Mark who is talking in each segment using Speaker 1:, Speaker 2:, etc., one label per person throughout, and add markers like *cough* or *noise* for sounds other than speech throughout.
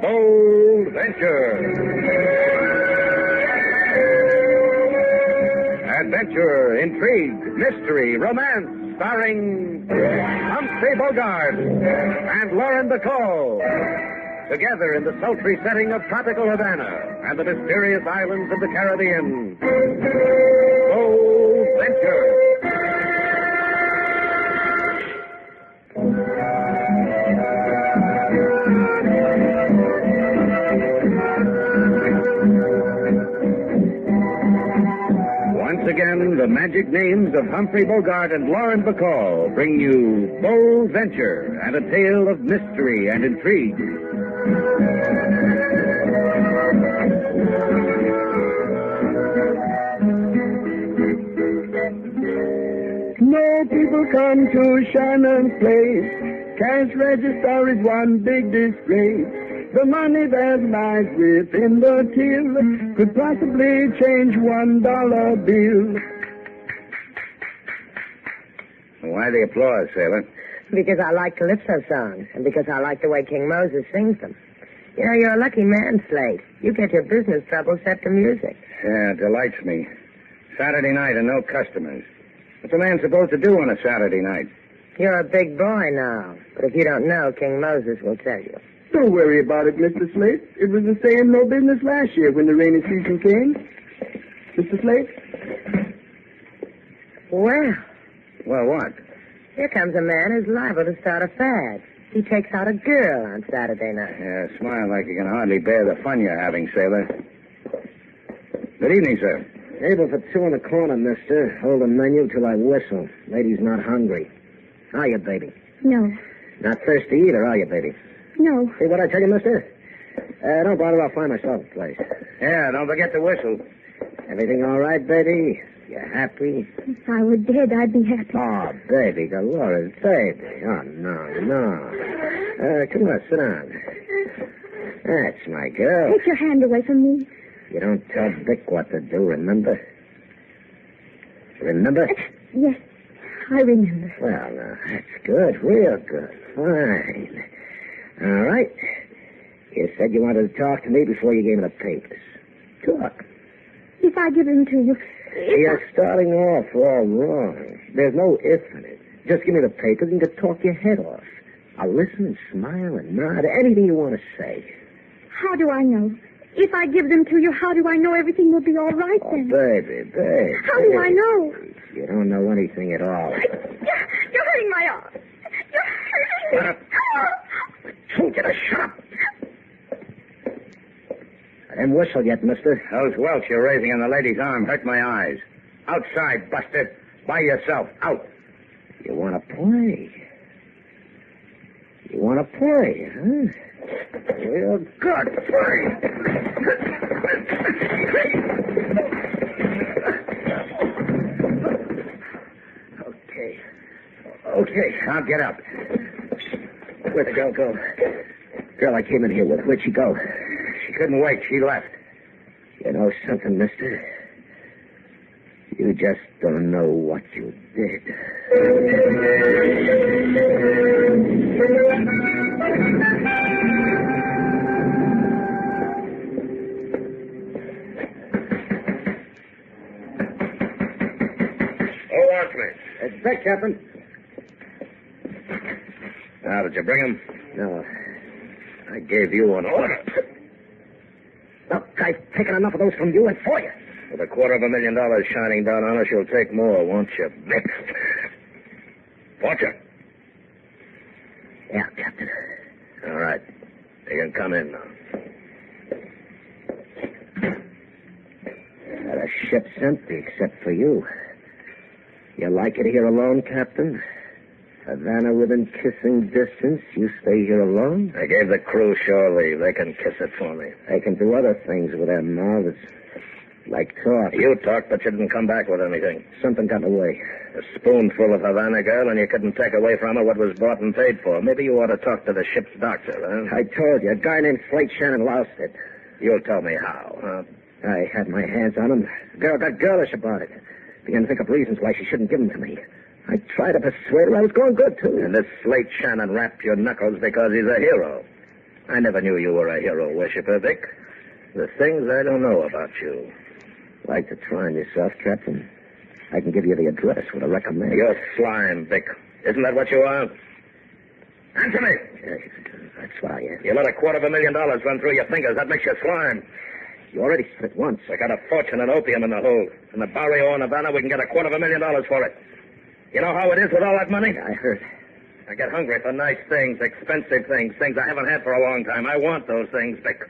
Speaker 1: Bold Venture. Adventure, intrigue, mystery, romance, starring Humphrey Bogart and Lauren Bacall. Together in the sultry setting of tropical Havana and the mysterious islands of the Caribbean. Bold Venture. Once again, the magic names of Humphrey Bogart and Lauren Bacall bring you Bold Venture and a tale of mystery and intrigue.
Speaker 2: No people come to Shannon's place. Cash register is one big disgrace. The money that lies within the till could possibly change one dollar bill.
Speaker 1: Why the applause, Sailor?
Speaker 3: Because I like calypso songs, and because I like the way King Moses sings them. You know, you're a lucky man, Slade. You get your business trouble set to music.
Speaker 1: Yeah, it delights me. Saturday night and no customers. What's a man supposed to do on a Saturday night?
Speaker 3: You're a big boy now, but if you don't know, King Moses will tell you.
Speaker 2: Don't worry about it, Mr. Slate. It was the same no business last year when the rainy season came. Mr. Slate?
Speaker 3: Well,
Speaker 1: Well, what?
Speaker 3: here comes a man who's liable to start a fad. He takes out a girl on Saturday night.
Speaker 1: Yeah, smile like you can hardly bear the fun you're having, Sailor. Good evening, sir.
Speaker 4: Table for two in the corner, mister. Hold the menu till I whistle. Lady's not hungry. Are you, baby?
Speaker 5: No,
Speaker 4: Not thirsty either, are you, baby?
Speaker 5: no.
Speaker 4: See what I tell you, mister? Uh, don't bother, I'll find myself a place.
Speaker 1: Yeah, don't forget to whistle.
Speaker 4: Everything all right, baby? You happy?
Speaker 5: If I were dead, I'd be happy.
Speaker 4: Oh, baby, Dolores, baby. Oh, no, no. Uh, come on, sit down. That's my girl.
Speaker 5: Take your hand away from me.
Speaker 4: You don't tell Dick what to do, remember? Remember?
Speaker 5: Yes, I remember.
Speaker 4: Well, now, that's good. Real good. Fine. All right. You said you wanted to talk to me before you gave me the papers. Talk.
Speaker 5: If I give them to you, if
Speaker 4: You're starting off all wrong. There's no if in it. Just give me the papers and you can talk your head off. I'll listen and smile and nod. Anything you want to say.
Speaker 5: I, how do I know? If I give them to you, how do I know everything will be all right
Speaker 4: Oh,
Speaker 5: then?
Speaker 4: baby, baby.
Speaker 5: How do I know?
Speaker 4: You don't know anything at all.
Speaker 5: You're hurting my arm. You're hurting me.
Speaker 4: Can't get a shut up. I didn't whistle yet, mister.
Speaker 1: Those welts you're raising on the lady's arm hurt my eyes. Outside, Buster. By yourself. Out.
Speaker 4: You want to play? You want to play, huh? Well, good play. okay. Okay.
Speaker 1: Now get up.
Speaker 4: Where'd the girl go? Girl I came in here with, where'd she go?
Speaker 1: She couldn't wait. She left.
Speaker 4: You know something, mister? You just don't know what you did.
Speaker 1: Oh, Watchman.
Speaker 4: It's Vic, Captain.
Speaker 1: Now, did you bring him?
Speaker 4: No.
Speaker 1: I gave you an order.
Speaker 4: Look, I've taken enough of those from you and for you.
Speaker 1: With a quarter of a million dollars shining down on us, you'll take more, won't you, *laughs* Vic? Fortune.
Speaker 4: Yeah, Captain.
Speaker 1: All right. You can come in now.
Speaker 4: Uh, the ship's empty except for you. You like it here alone, Captain? Havana within kissing distance. You stay here alone?
Speaker 1: I gave the crew shore leave. They can kiss it for me.
Speaker 4: They can do other things with their mouths. Like talk.
Speaker 1: You talked, but you didn't come back with anything.
Speaker 4: Something got away.
Speaker 1: A spoonful of Havana girl, and you couldn't take away from her what was bought and paid for. Maybe you ought to talk to the ship's doctor, huh?
Speaker 4: I told you, a guy named Slate Shannon lost it.
Speaker 1: You'll tell me how, huh?
Speaker 4: I had my hands on him. Girl got girlish about it. Began to think of reasons why she shouldn't give them to me. I tried to persuade her I was going good, too.
Speaker 1: And this slate Shannon rapped your knuckles because he's a hero. I never knew you were a hero worshiper, Vic. The things I don't know about you.
Speaker 4: like to try on yourself, Captain. I can give you the address. Would I recommend?
Speaker 1: You're slime, Vic. Isn't that what you are? Answer me!
Speaker 4: Yes, that's why. Yes.
Speaker 1: You let a quarter of a million dollars run through your fingers. That makes you slime.
Speaker 4: You already said it once.
Speaker 1: I got a fortune in opium in the hold. In the barrio in Havana, we can get a quarter of a million dollars for it. You know how it is with all that money?
Speaker 4: I heard.
Speaker 1: I get hungry for nice things, expensive things, things I haven't had for a long time. I want those things, Vic.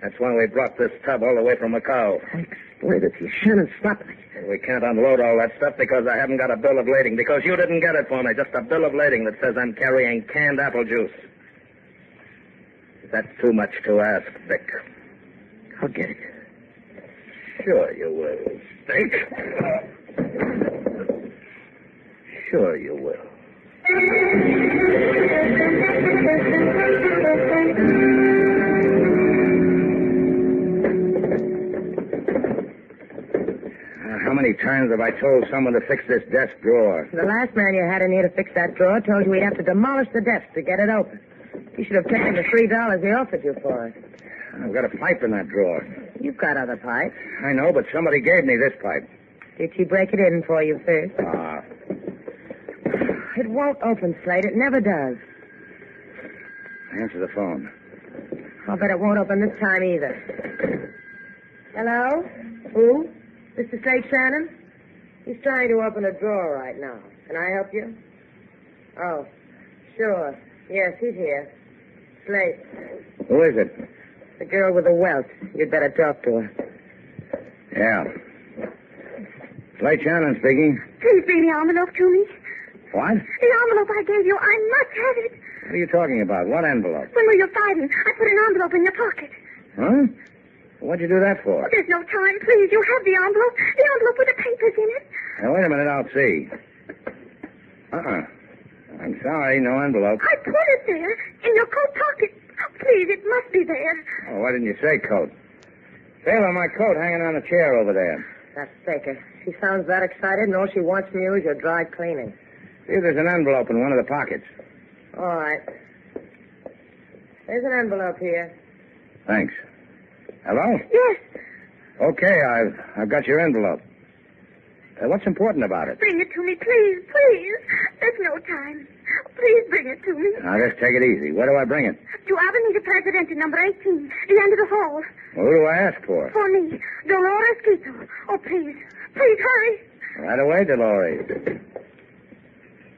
Speaker 1: That's why we brought this tub all the way from Macau.
Speaker 4: I explained it to you. Shannon, stop it.
Speaker 1: And we can't unload all that stuff because I haven't got a bill of lading. Because you didn't get it for me. Just a bill of lading that says I'm carrying canned apple juice. Is that too much to ask, Vic?
Speaker 4: I'll get it.
Speaker 1: Sure you will, Vic. Sure you will. Uh, How many times have I told someone to fix this desk drawer?
Speaker 3: The last man you had in here to fix that drawer told you we'd have to demolish the desk to get it open. You should have taken the three dollars he offered you for it.
Speaker 1: I've got a pipe in that drawer.
Speaker 3: You've got other pipes.
Speaker 1: I know, but somebody gave me this pipe.
Speaker 3: Did she break it in for you first?
Speaker 1: Ah,
Speaker 3: It won't open, Slate. It never does.
Speaker 1: answer the phone.
Speaker 3: I'll bet it won't open this time either. Hello? Who? Mr. Slate Shannon? He's trying to open a drawer right now. Can I help you? Oh, sure. Yes, he's here. Slate,
Speaker 1: Who is it?
Speaker 3: the girl with the welt. You'd better talk to her.
Speaker 1: Yeah. Slate Shannon speaking.
Speaker 5: Please bring the envelope to me.
Speaker 1: What?
Speaker 5: The envelope I gave you, I must have it.
Speaker 1: What are you talking about? What envelope?
Speaker 5: When were you fighting? I put an envelope in your pocket.
Speaker 1: Huh? What'd you do that for?
Speaker 5: There's no time, please. You have the envelope. The envelope with the papers in it.
Speaker 1: Now, wait a minute, I'll see. Uh-uh. I'm sorry, no envelope.
Speaker 5: I put it there in your coat pocket. Oh, please, it must be there.
Speaker 1: Oh, why didn't you say coat? Sailor, my coat hanging on a chair over there.
Speaker 3: That's Faker. She sounds that excited, and all she wants from you is your dry cleaning.
Speaker 1: See, there's an envelope in one of the pockets.
Speaker 3: All right. There's an envelope here.
Speaker 1: Thanks. Hello?
Speaker 5: Yes,
Speaker 1: Okay, I've, I've got your envelope. Uh, what's important about it?
Speaker 5: bring it to me, please, please. There's no time. Please bring it to me.
Speaker 1: Now, just take it easy. Where do I bring it?
Speaker 5: To Avenida Presidente, number 18, the end of the hall.
Speaker 1: Well, who do I ask for?
Speaker 5: For me, Dolores Quito. Oh, please, please hurry.
Speaker 1: Right away, Dolores.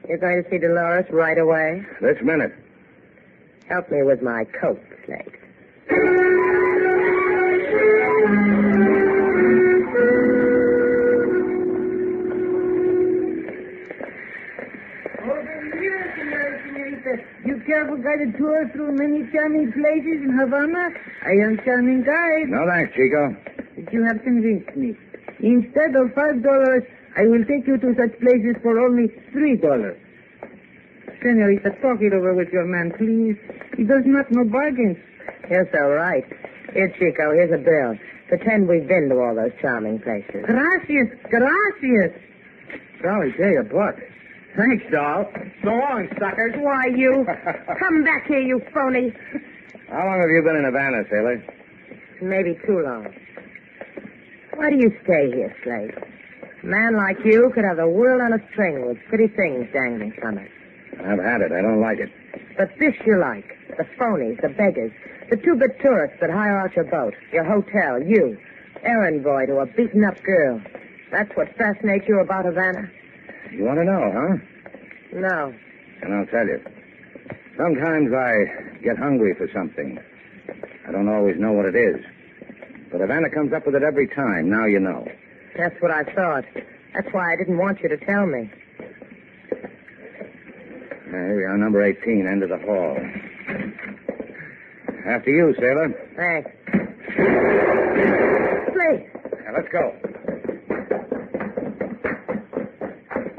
Speaker 3: You're going to see Dolores right away?
Speaker 1: This minute.
Speaker 3: Help me with my coat, Slate. You careful guided tour through many charming places in Havana. I am charming guide.
Speaker 1: No thanks, Chico.
Speaker 3: But you have convinced me. Instead of five dollars, I will take you to such places for only three dollars. Senorita, talk it over with your man, please. He does not know bargains. You're so right. Here, Chico, here's a bill. Pretend we've been to all those charming places. Gracias, gracias.
Speaker 4: Golly, gee, a buck. Thanks, doll. So long, suckers.
Speaker 3: Why,
Speaker 4: *laughs*
Speaker 3: you.
Speaker 5: Come back here, you phony.
Speaker 1: How long have you been in Havana, Sailor?
Speaker 3: Maybe too long. Why do you stay here, Slade? A man like you could have the world on a string with pretty things dangling from it.
Speaker 1: I've had it. I don't like it.
Speaker 3: But this you like. The phonies, the beggars, the two-bit tourists that hire out your boat, your hotel, you, errand boy to a beaten-up girl. That's what fascinates you about Havana?
Speaker 1: You want to know, huh?
Speaker 3: No.
Speaker 1: And I'll tell you. Sometimes I get hungry for something. I don't always know what it is. But Havana comes up with it every time. Now you know.
Speaker 3: That's what I thought. That's why I didn't want you to tell me.
Speaker 1: Uh, Here we are, number 18, end of the hall. After you, Sailor.
Speaker 3: Thanks. Slade,
Speaker 1: Now, let's go.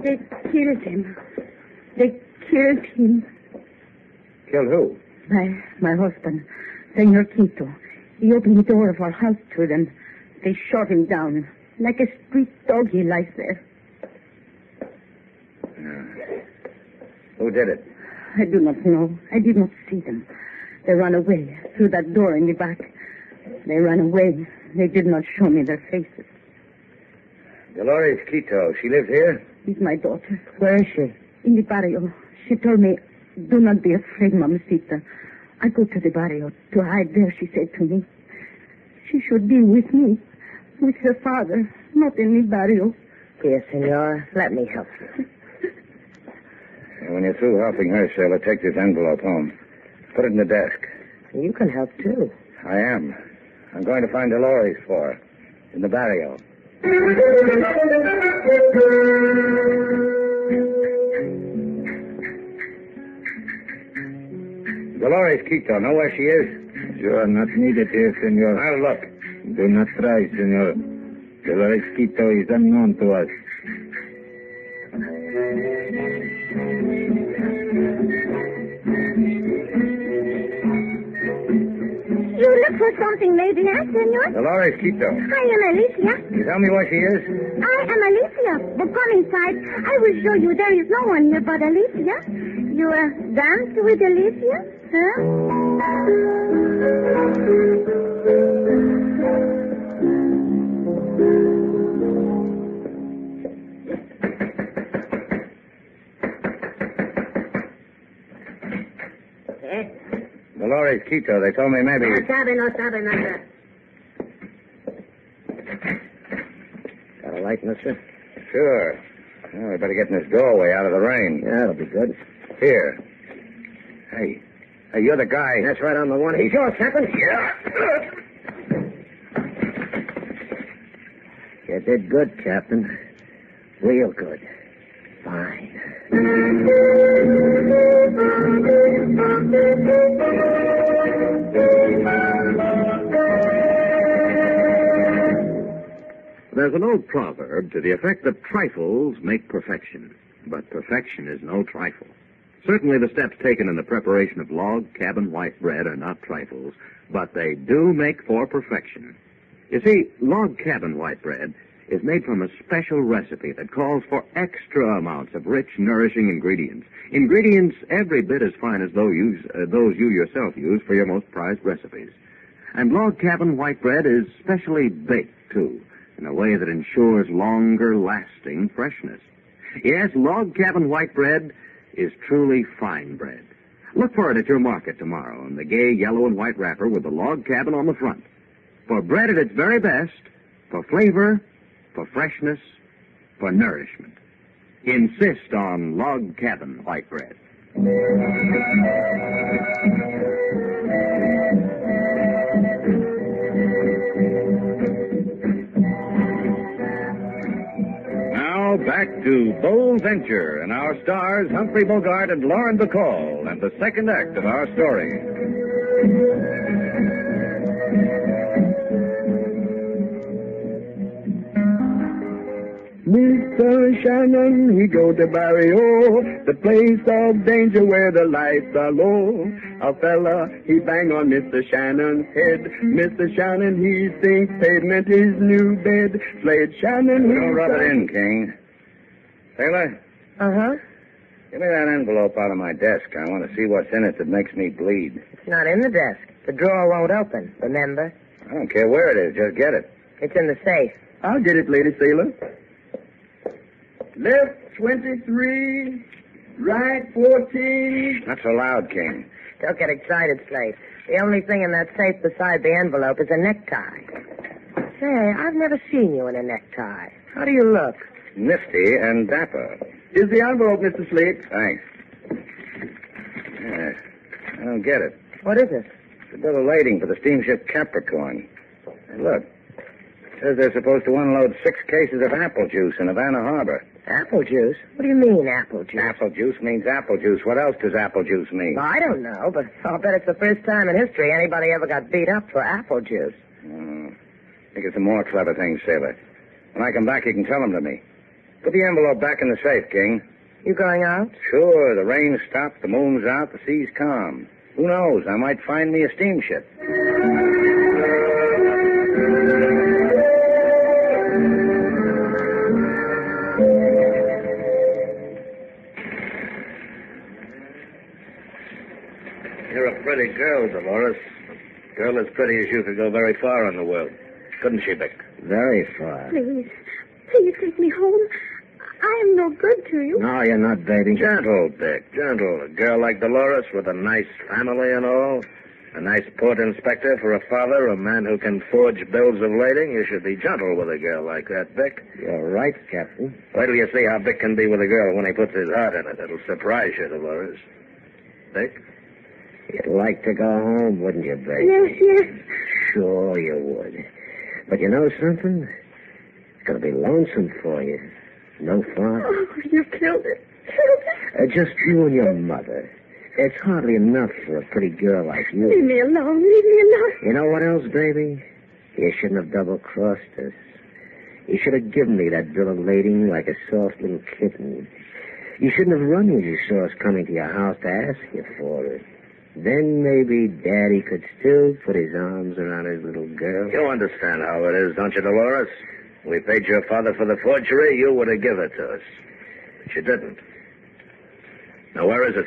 Speaker 5: They killed him. They killed him.
Speaker 1: Killed who?
Speaker 5: My, my husband, Senor Quito. He opened the door of our house to them. They shot him down. Like a street dog, he lies there.
Speaker 1: Who did it?
Speaker 5: I do not know. I did not see them. They ran away through that door in the back. They ran away. They did not show me their faces.
Speaker 1: Dolores Quito. She lives here?
Speaker 5: It's my daughter
Speaker 3: Where is she?
Speaker 5: in the barrio. She told me, "Do not be afraid, mamacita. I go to the barrio to hide there." She said to me, "She should be with me, with her father, not in the barrio."
Speaker 3: Here, senora, let me help you.
Speaker 1: When you're through helping her, Sheila, take this envelope home. Put it in the desk.
Speaker 3: You can help too.
Speaker 1: I am. I'm going to find Dolores for her. In the barrio. Dolores Quito, know where she is? You are not needed here, senor. I'll look. Do not try, senor. Dolores Quito is unknown to us.
Speaker 5: You look for something, maybe, huh, senor?
Speaker 1: Dolores Quito.
Speaker 5: I am Alicia.
Speaker 1: You tell me where she is?
Speaker 5: I am Alicia. But come inside. I will show you there is no one here but Alicia. You uh, dance with Alicia, huh?
Speaker 1: Dolores Quito. They told me
Speaker 5: Ah,
Speaker 1: maybe.
Speaker 3: sabe, no sabe nada.
Speaker 4: Got a light, mister?
Speaker 1: Sure. Well, we better get in this doorway out of the rain.
Speaker 4: Yeah, that'll be good.
Speaker 1: Here. Hey. Hey, you're the guy.
Speaker 4: That's right on the one. He's yours, Captain. Yeah. You did good, Captain. Real good. Fine.
Speaker 6: There's an old proverb to the effect that trifles make perfection, but perfection is no trifle. Certainly the steps taken in the preparation of log cabin white bread are not trifles, but they do make for perfection. You see, log cabin white bread is made from a special recipe that calls for extra amounts of rich, nourishing ingredients. Ingredients every bit as fine as those you, uh, those you yourself use for your most prized recipes. And log cabin white bread is specially baked, too, in a way that ensures longer lasting freshness. Yes, log cabin white bread is truly fine bread. Look for it at your market tomorrow in the gay yellow and white wrapper with the log cabin on the front. For bread at its very best, for flavor, for freshness, for nourishment. Insist on log cabin white bread.
Speaker 1: Now back to Bold Venture and our stars Humphrey Bogart and Lauren Bacall and the second act of our story.
Speaker 2: Mr. Shannon, he go to Barrio, the place of danger where the lights are low. A fella, he bang on Mr. Shannon's head. Mr. Shannon, he thinks pavement is new bed. Slade Shannon, he
Speaker 1: Don't rub it
Speaker 2: said-
Speaker 1: in, King. Taylor,
Speaker 3: Uh huh.
Speaker 1: give me that envelope out of my desk. I want to see what's in it that makes me bleed.
Speaker 3: It's not in the desk. The drawer won't open, remember?
Speaker 1: I don't care where it is, just get it.
Speaker 3: It's in the safe.
Speaker 2: I'll get it, Lady Sailor. Left 23, right 14.
Speaker 1: Not so loud, King.
Speaker 3: Don't get excited, Slate. The only thing in that safe beside the envelope is a necktie. Say, I've never seen you in a necktie. How do you look?
Speaker 1: Nifty and dapper.
Speaker 2: Is the envelope, Mr. Slate?
Speaker 1: Thanks. Yes. I don't get it.
Speaker 3: What is it?
Speaker 1: It's a bill of lading for the steamship Capricorn. Hey, look. It says they're supposed to unload six cases of apple juice in Havana Harbor.
Speaker 3: Apple juice? What do you mean, apple juice?
Speaker 1: Apple juice means apple juice. What else does apple juice mean?
Speaker 3: Well, I don't know, but I'll bet it's the first time in history anybody ever got beat up for apple juice.
Speaker 1: Oh, think of some more clever things, Sailor. When I come back, you can tell them to me. Put the envelope back in the safe, King.
Speaker 3: You going out?
Speaker 1: Sure, the rain stopped, the moon's out, the sea's calm. Who knows? I might find me a steamship. pretty girl, Dolores. Girl as pretty as you could go very far in the world. Couldn't she, Vic?
Speaker 4: Very far.
Speaker 5: Please, please take me home. I am no good to you.
Speaker 4: No, you're not, baby.
Speaker 1: Gentle, Dick, gentle. A girl like Dolores with a nice family and all. A nice port inspector for a father, a man who can forge bills of lading. You should be gentle with a girl like that, Vic.
Speaker 4: You're right, Captain.
Speaker 1: Wait till you see how Vic can be with a girl when he puts his heart in it. It'll surprise you, Dolores. Vic?
Speaker 4: You'd like to go home, wouldn't you, baby?
Speaker 5: Yes, yes.
Speaker 4: Sure you would. But you know something? It's gonna be lonesome for you. No fun.
Speaker 5: Oh, you killed it. Killed it.
Speaker 4: Uh, just you and your mother. It's hardly enough for a pretty girl like
Speaker 5: Leave
Speaker 4: you.
Speaker 5: me alone. Leave me alone.
Speaker 4: You know what else, baby? You shouldn't have double crossed us. You should have given me that bill of lading like a soft little kitten. You shouldn't have run when you saw us coming to your house to ask you for it. Then maybe Daddy could still put his arms around his little girl.
Speaker 1: You understand how it is, don't you, Dolores? We paid your father for the forgery. You would have given it to us. But you didn't. Now, where is it?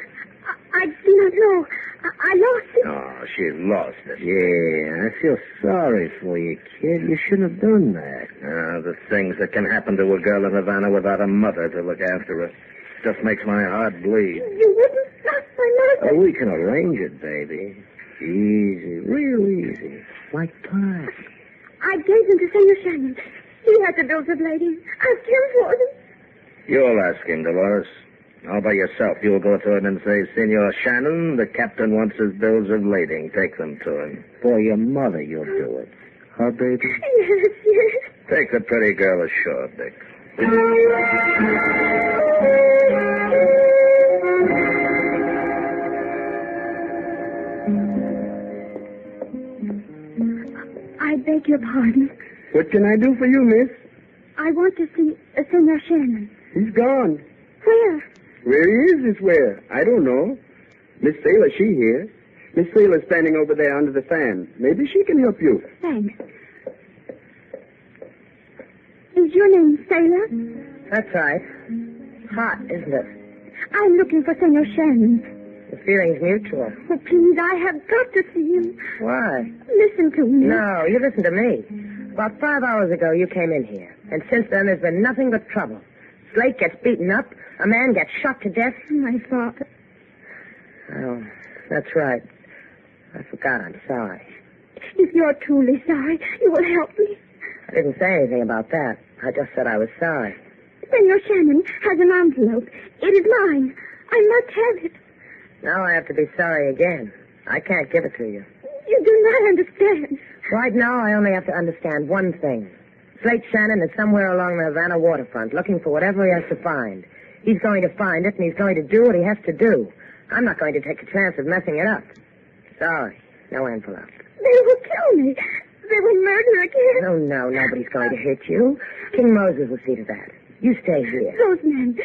Speaker 5: I, I do not know. I, I lost it.
Speaker 1: Oh, she's lost it.
Speaker 4: Yeah, I feel sorry for you, kid. You shouldn't have done that.
Speaker 1: Ah, the things that can happen to a girl in Havana without a mother to look after her. Just makes my heart bleed.
Speaker 5: You wouldn't stop my mother.
Speaker 4: Oh, we can arrange it, baby. Easy, real easy. Like pie.
Speaker 3: Oh.
Speaker 5: I gave them to Senor Shannon. He had the bills of lading. Ask him for them.
Speaker 1: You'll ask him, Dolores. All by yourself. You'll go to him and say, Senor Shannon, the captain wants his bills of lading. Take them to him.
Speaker 4: For your mother, you'll do it. Huh, baby?
Speaker 5: Yes, yes.
Speaker 1: Take the pretty girl ashore, Dick.
Speaker 5: I beg your pardon.
Speaker 2: What can I do for you, miss?
Speaker 5: I want to see uh, Senor Shannon.
Speaker 2: He's gone.
Speaker 5: Where?
Speaker 2: Where he is is where? I don't know. Miss Sailor, she here. Miss Sailor's standing over there under the fan. Maybe she can help you.
Speaker 5: Thanks. Is your name Sailor?
Speaker 3: That's right. Hot, isn't it?
Speaker 5: I'm looking for Senor Shannon.
Speaker 3: The feeling's mutual.
Speaker 5: Oh, please, I have got to see him.
Speaker 3: Why?
Speaker 5: Listen to me.
Speaker 3: No, you listen to me. About five hours ago, you came in here, and since then, there's been nothing but trouble. Slate gets beaten up, a man gets shot to death.
Speaker 5: My father.
Speaker 3: Oh, that's right. I forgot. I'm sorry.
Speaker 5: If you're truly sorry, you will help me.
Speaker 3: I didn't say anything about that. I just said I was sorry.
Speaker 5: Senor Shannon has an envelope. It is mine. I must have it.
Speaker 3: Now I have to be sorry again. I can't give it to you.
Speaker 5: You do not understand.
Speaker 3: Right now, I only have to understand one thing. Slate Shannon is somewhere along the Havana waterfront looking for whatever he has to find. He's going to find it, and he's going to do what he has to do. I'm not going to take a chance of messing it up. Sorry. No envelope.
Speaker 5: They will kill me. They will murder again.
Speaker 3: No, Oh, no, nobody's going to hit you. King Moses will see to that. You stay here.
Speaker 5: Those men.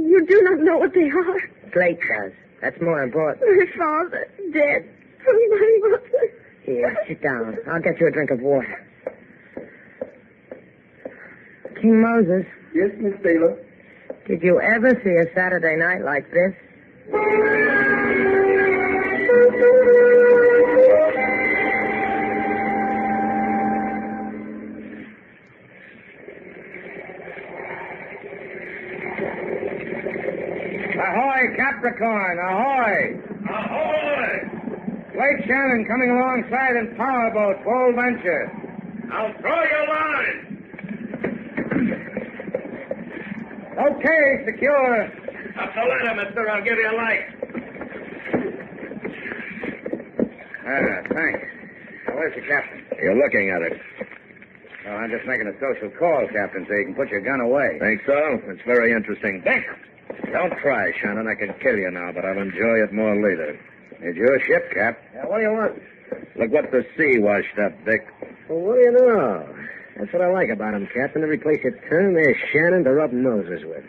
Speaker 5: You do not know what they are.
Speaker 3: Slate does. That's more important.
Speaker 5: My father, dead from my mother.
Speaker 3: Here, sit down. I'll get you a drink of water. King Moses,
Speaker 2: Yes, Miss Sailor.
Speaker 3: Did you ever see a Saturday night like this?
Speaker 1: Ahoy, Capricorn! Ahoy! Ahoy! Lake Shannon coming alongside in powerboat, Bold Venture. Now throw your line! Okay, secure. Up the ladder, mister. I'll give you a light. Ah, thanks. Now, where's the captain? You're looking at it. Well, I'm just making a social call, Captain, so you can put your gun away. Think so? It's very interesting. Dick! Don't try, Shannon. I can kill you now, but I'll enjoy it more later. It's your ship, Cap.
Speaker 4: Yeah, what do you want?
Speaker 1: Look what the sea washed up, Dick.
Speaker 4: Well, what do you know? That's what I like about 'em, Captain. Every place you turn, there's Shannon to rub noses with.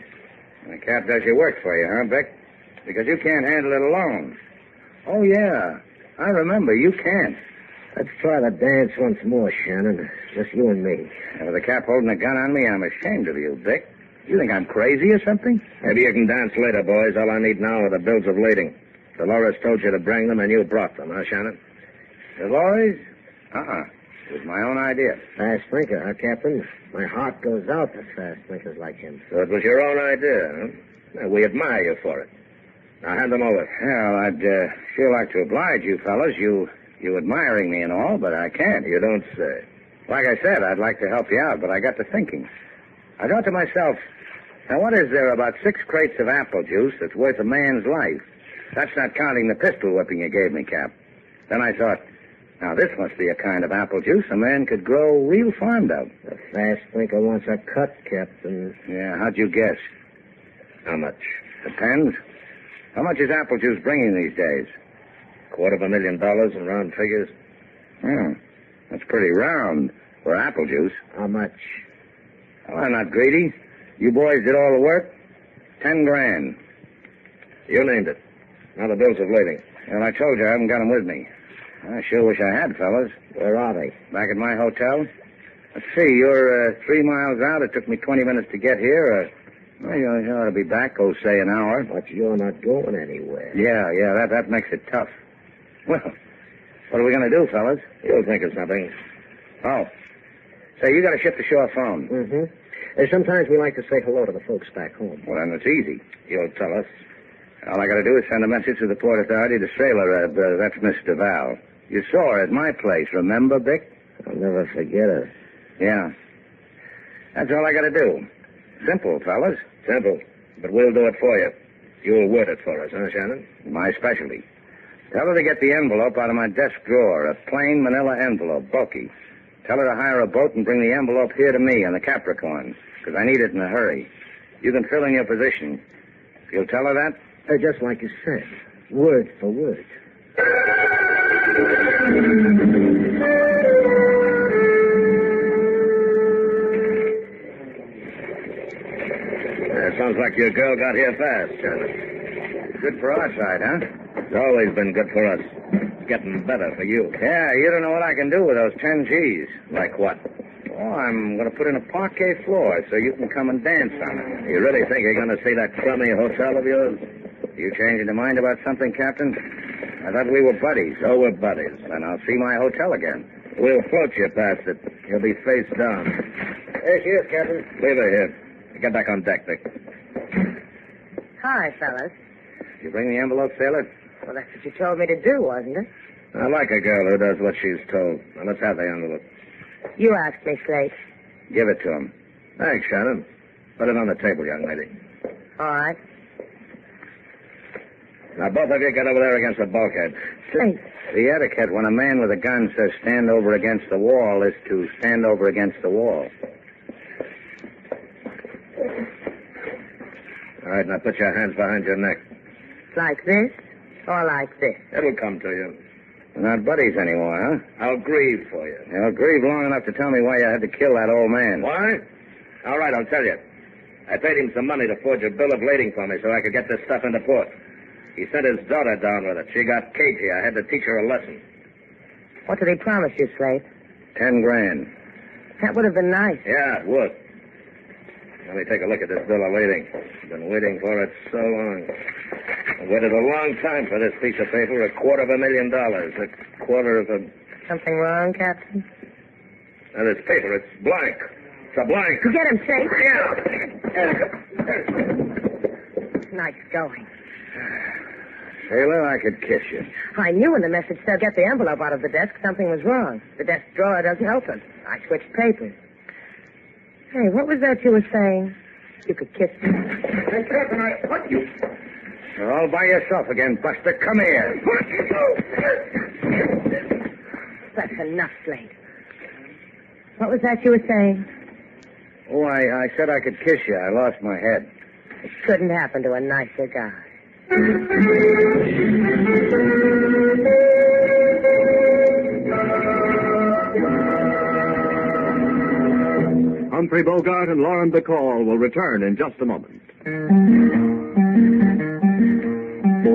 Speaker 1: And the Cap does your work for you, huh, Dick? Because you can't handle it alone. Oh, yeah. I remember. You can't.
Speaker 4: Let's try the dance once more, Shannon. Just you and me.
Speaker 1: And with Uh, the Cap holding a gun on me, I'm ashamed of you, Dick. You think I'm crazy or something? Maybe you can dance later, boys. All I need now are the bills of lading.
Speaker 7: Dolores told you to bring them, and you brought them, huh, Shannon? Dolores?
Speaker 1: Uh-uh. It was my own idea.
Speaker 7: Fast thinker, huh, Captain? My heart goes out to fast thinkers like him.
Speaker 8: So it was your own idea, huh? Well, we admire you for it. Now hand them over.
Speaker 1: Well, I'd uh, sure like to oblige you fellas. You you admiring me and all, but I can't.
Speaker 8: You don't say.
Speaker 1: Like I said, I'd like to help you out, but I got to thinking. I thought to myself, now what is there about six crates of apple juice that's worth a man's life? That's not counting the pistol whipping you gave me, Cap. Then I thought, now this must be a kind of apple juice a man could grow real fond of.
Speaker 7: The fast thinker wants a cut, Captain.
Speaker 1: Yeah, how'd you guess?
Speaker 8: How much?
Speaker 1: Depends. How much is apple juice bringing these days?
Speaker 8: Quarter of a million dollars in round figures.
Speaker 1: Hmm. That's pretty round for apple juice.
Speaker 7: How much?
Speaker 1: Well, I'm not greedy. You boys did all the work. Ten grand.
Speaker 8: You named it. Now the bills of lading.
Speaker 1: Well, I told you I haven't got 'em with me. I sure wish I had, fellas.
Speaker 7: Where are they?
Speaker 1: Back at my hotel. Let's see, you're uh, three miles out. It took me 20 minutes to get here. Uh, well, you, you ought to be back, oh, say, an hour.
Speaker 7: But you're not going anywhere.
Speaker 1: Yeah, yeah, that, that makes it tough. Well, what are we going to do, fellas?
Speaker 8: You'll think of something.
Speaker 1: Oh. Say, you got to ship the shore phone.
Speaker 7: Mm-hmm. And sometimes we like to say hello to the folks back home.
Speaker 1: Well, then it's easy.
Speaker 8: You'll tell us.
Speaker 1: All I got to do is send a message to the Port Authority to Sailor. Uh, uh, that's Miss DeVal. You saw her at my place, remember, Vic?
Speaker 7: I'll never forget her.
Speaker 1: Yeah. That's all I got to do. Simple, fellas.
Speaker 8: Simple. But we'll do it for you. You'll word it for us, huh, Shannon?
Speaker 1: My specialty. Tell her to get the envelope out of my desk drawer, a plain manila envelope, bulky. Tell her to hire a boat and bring the envelope here to me on the Capricorn, because I need it in a hurry. You can fill in your position. You'll tell her that?
Speaker 7: Uh, just like you said, word for word.
Speaker 8: Yeah, Uh, sounds like your girl got here fast, Shannon.
Speaker 1: Good for our side, huh?
Speaker 8: It's always been good for us. It's getting better for you.
Speaker 1: Yeah, you don't know what I can do with those 10 G's.
Speaker 8: Like what?
Speaker 1: Oh, I'm going to put in a parquet floor so you can come and dance on it.
Speaker 8: You really think you're going to see that crummy hotel of yours?
Speaker 1: You changing your mind about something, Captain? I thought we were buddies.
Speaker 8: So Oh, we're buddies.
Speaker 1: Then I'll see my hotel again.
Speaker 8: We'll float you past it. You'll be face down.
Speaker 7: There she is, Captain.
Speaker 8: Leave her here. Get back on deck, Vic.
Speaker 3: Hi, fellas.
Speaker 1: You bring the envelope, sailor?
Speaker 3: Well, that's what you told me to do, wasn't it?
Speaker 8: I like a girl who does what she's told. Now, let's have the envelope.
Speaker 3: You asked me, Slate.
Speaker 1: Give it to him.
Speaker 8: Thanks, Shannon. Put it on the table, young lady.
Speaker 3: All right.
Speaker 8: Now, both of you get over there against the bulkhead.
Speaker 3: Slate.
Speaker 1: The etiquette when a man with a gun says stand over against the wall is to stand over against the wall.
Speaker 8: All right, now put your hands behind your neck.
Speaker 3: Like this or like this?
Speaker 8: It'll come to you.
Speaker 1: We're not buddies anymore, huh?
Speaker 8: I'll grieve for you.
Speaker 1: You'll grieve long enough to tell me why you had to kill that old man.
Speaker 8: Why? All right, I'll tell you. I paid him some money to forge a bill of lading for me so I could get this stuff into port. He sent his daughter down with it. She got cagey. I had to teach her a lesson.
Speaker 3: What did he promise you, Slate?
Speaker 1: Ten grand.
Speaker 3: That would have been nice.
Speaker 8: Yeah, it would. Let me take a look at this bill of lading. I've been waiting for it so long. I waited a long time for this piece of paper, a quarter of a million dollars. A quarter of a.
Speaker 3: Something wrong, Captain?
Speaker 8: Now, this paper, it's blank. It's a blank.
Speaker 3: You get him, Slate.
Speaker 8: Yeah. There you go.
Speaker 3: Nice going.
Speaker 1: Sailor, I could kiss you.
Speaker 3: I knew when the message said get the envelope out of the desk, something was wrong. The desk drawer doesn't open. I switched papers. Hey, what was that you were saying? You could kiss me.
Speaker 8: Hey, Captain, I put you.
Speaker 1: You're all by yourself again, Buster. Come here.
Speaker 8: Put you.
Speaker 3: That's enough, Slate. What was that you were saying?
Speaker 1: Oh, I, I said I could kiss you. I lost my head.
Speaker 3: It couldn't happen to a nicer guy.
Speaker 1: Humphrey Bogart and Lauren Bacall will return in just a moment.
Speaker 2: For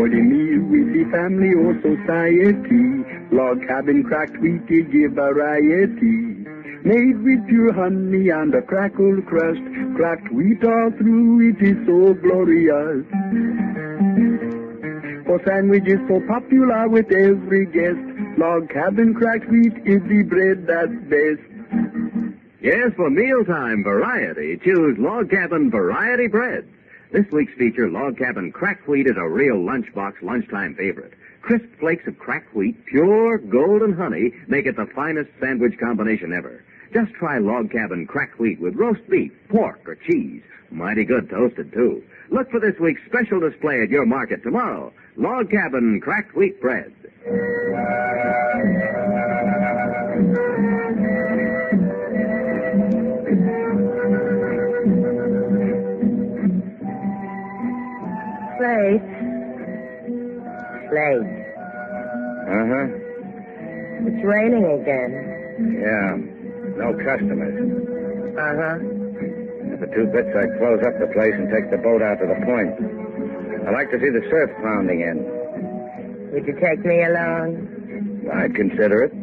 Speaker 2: the meal with the family or society, log cabin cracked we did give variety. Made with pure honey and a crackle crust, cracked wheat all through, it is so glorious. for sandwiches so popular with every guest. Log cabin cracked wheat is the bread that's best.
Speaker 6: Yes, for mealtime variety, choose Log Cabin Variety Bread. This week's feature, Log Cabin Cracked Wheat, is a real lunchbox lunchtime favorite. Crisp flakes of cracked wheat, pure golden honey, make it the finest sandwich combination ever. Just try Log Cabin Cracked Wheat with roast beef, pork, or cheese. Mighty good toasted, too. Look for this week's special display at your market tomorrow. Log Cabin Cracked Wheat Bread.
Speaker 3: Plate.
Speaker 4: Slade,
Speaker 1: Uh-huh.
Speaker 4: it's raining again.
Speaker 1: Yeah. No customers.
Speaker 4: Uh-huh.
Speaker 1: For two bits, I'd close up the place and take the boat out to the point. I like to see the surf pounding in.
Speaker 4: Would you take me along?
Speaker 1: I'd consider it.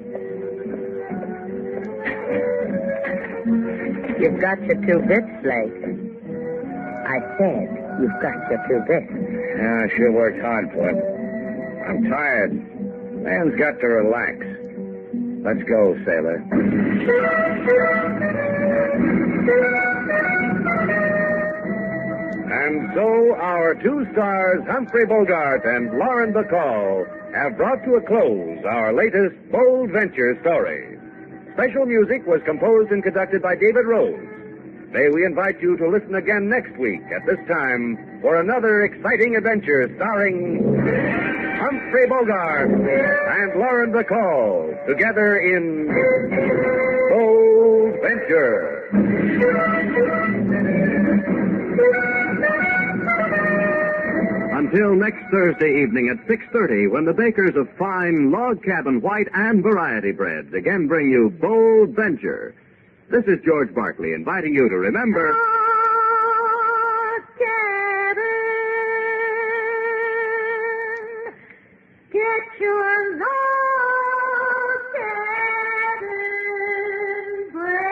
Speaker 4: You've got your two bits, Slade. I said you've got your two bits.
Speaker 1: Yeah, I sure worked hard for it. I'm tired. Man's got to relax. Let's go, sailor. And so our two stars, Humphrey Bogart and Lauren Bacall, have brought to a close our latest bold venture story. Special music was composed and conducted by David Rose. May we invite you to listen again next week at this time for another exciting adventure starring Humphrey Bogart and Lauren Bacall together in Bold Venture.
Speaker 6: Until next Thursday evening at 6.30 when the bakers of fine log cabin white and variety breads again bring you Bold Venture. This is George Barkley inviting you to remember...
Speaker 5: Get your love, Kevin Bread.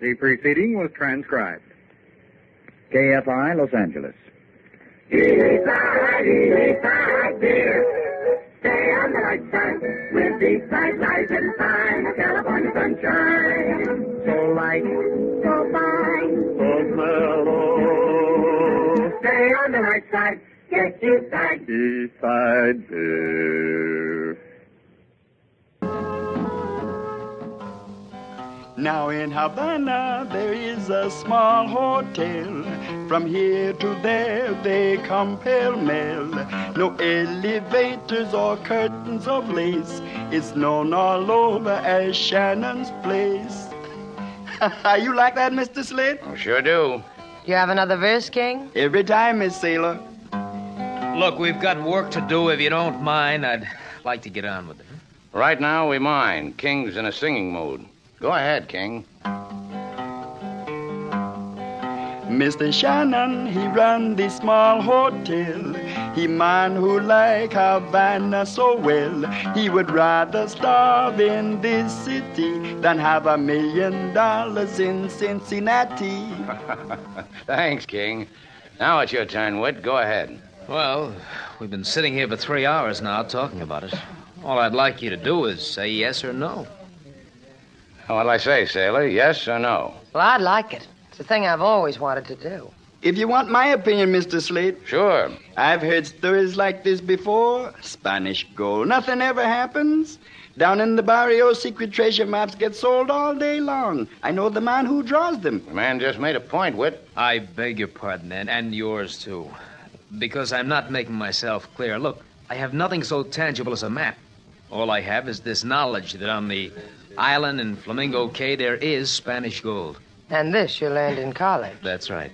Speaker 1: The preceding was transcribed. KFI Los Angeles. Eastside
Speaker 2: uh,
Speaker 1: beer.
Speaker 9: Now in Havana there is a small hotel. From here to there they come pell mell. No elevators or curtains of lace. It's known all over as Shannon's place. *laughs* you like that, Mr. Slade?
Speaker 10: Sure do.
Speaker 11: You have another verse, King?
Speaker 9: Every time, Miss Sailor.
Speaker 10: Look, we've got work to do. If you don't mind, I'd like to get on with it.
Speaker 12: Right now, we mind. King's in a singing mood. Go ahead, King. *laughs*
Speaker 9: Mr. Shannon, he run this small hotel. He man who like Havana so well. He would rather starve in this city than have a million dollars in Cincinnati. *laughs*
Speaker 12: Thanks, King. Now it's your turn, Whit. Go ahead.
Speaker 10: Well, we've been sitting here for three hours now talking about it. All I'd like you to do is say yes or no.
Speaker 12: What'll Oh, I say, sailor? Yes or no?
Speaker 11: Well, I'd like it. It's a thing I've always wanted to do.
Speaker 9: If you want my opinion, Mr. Slade,
Speaker 12: Sure.
Speaker 9: I've heard stories like this before. Spanish gold. Nothing ever happens. Down in the barrio, secret treasure maps get sold all day long. I know the man who draws them.
Speaker 12: The man just made a point, Whit.
Speaker 10: I beg your pardon, and, and yours, too. Because I'm not making myself clear. Look, I have nothing so tangible as a map. All I have is this knowledge that on the island in Flamingo Cay there is Spanish gold.
Speaker 11: And this you learned in college.
Speaker 10: That's right.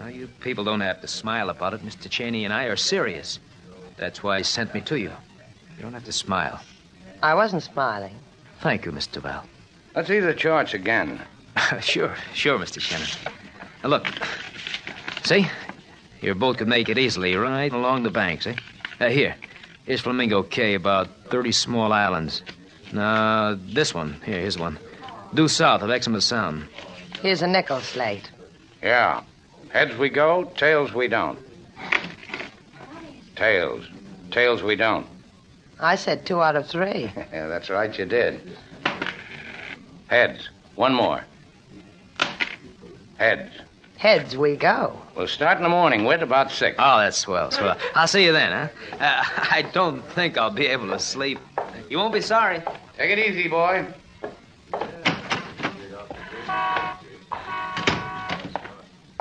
Speaker 10: Now, you people don't have to smile about it. Mr. Cheney and I are serious. That's why he sent me to you. You don't have to smile.
Speaker 11: I wasn't smiling.
Speaker 10: Thank you, Mr. Duval.
Speaker 12: Let's see the charts again.
Speaker 10: *laughs* sure, sure, Mr. Shannon. Now, look. See? Your boat could make it easily right along the banks, eh? Uh, here. Here's Flamingo Cay, about 30 small islands. Now, this one. Here, here's one. Due south of Exmouth Sound.
Speaker 11: Here's a nickel slate.
Speaker 12: Yeah. Heads we go, tails we don't. Tails. Tails we don't.
Speaker 11: I said two out of three.
Speaker 12: Yeah, that's right, you did. Heads. One more. Heads.
Speaker 11: Heads we go.
Speaker 12: We'll start in the morning. Wait about six.
Speaker 10: Oh, that's swell, swell. I'll see you then, huh? Uh, *laughs* I don't think I'll be able to sleep. You won't be sorry.
Speaker 12: Take it easy, boy.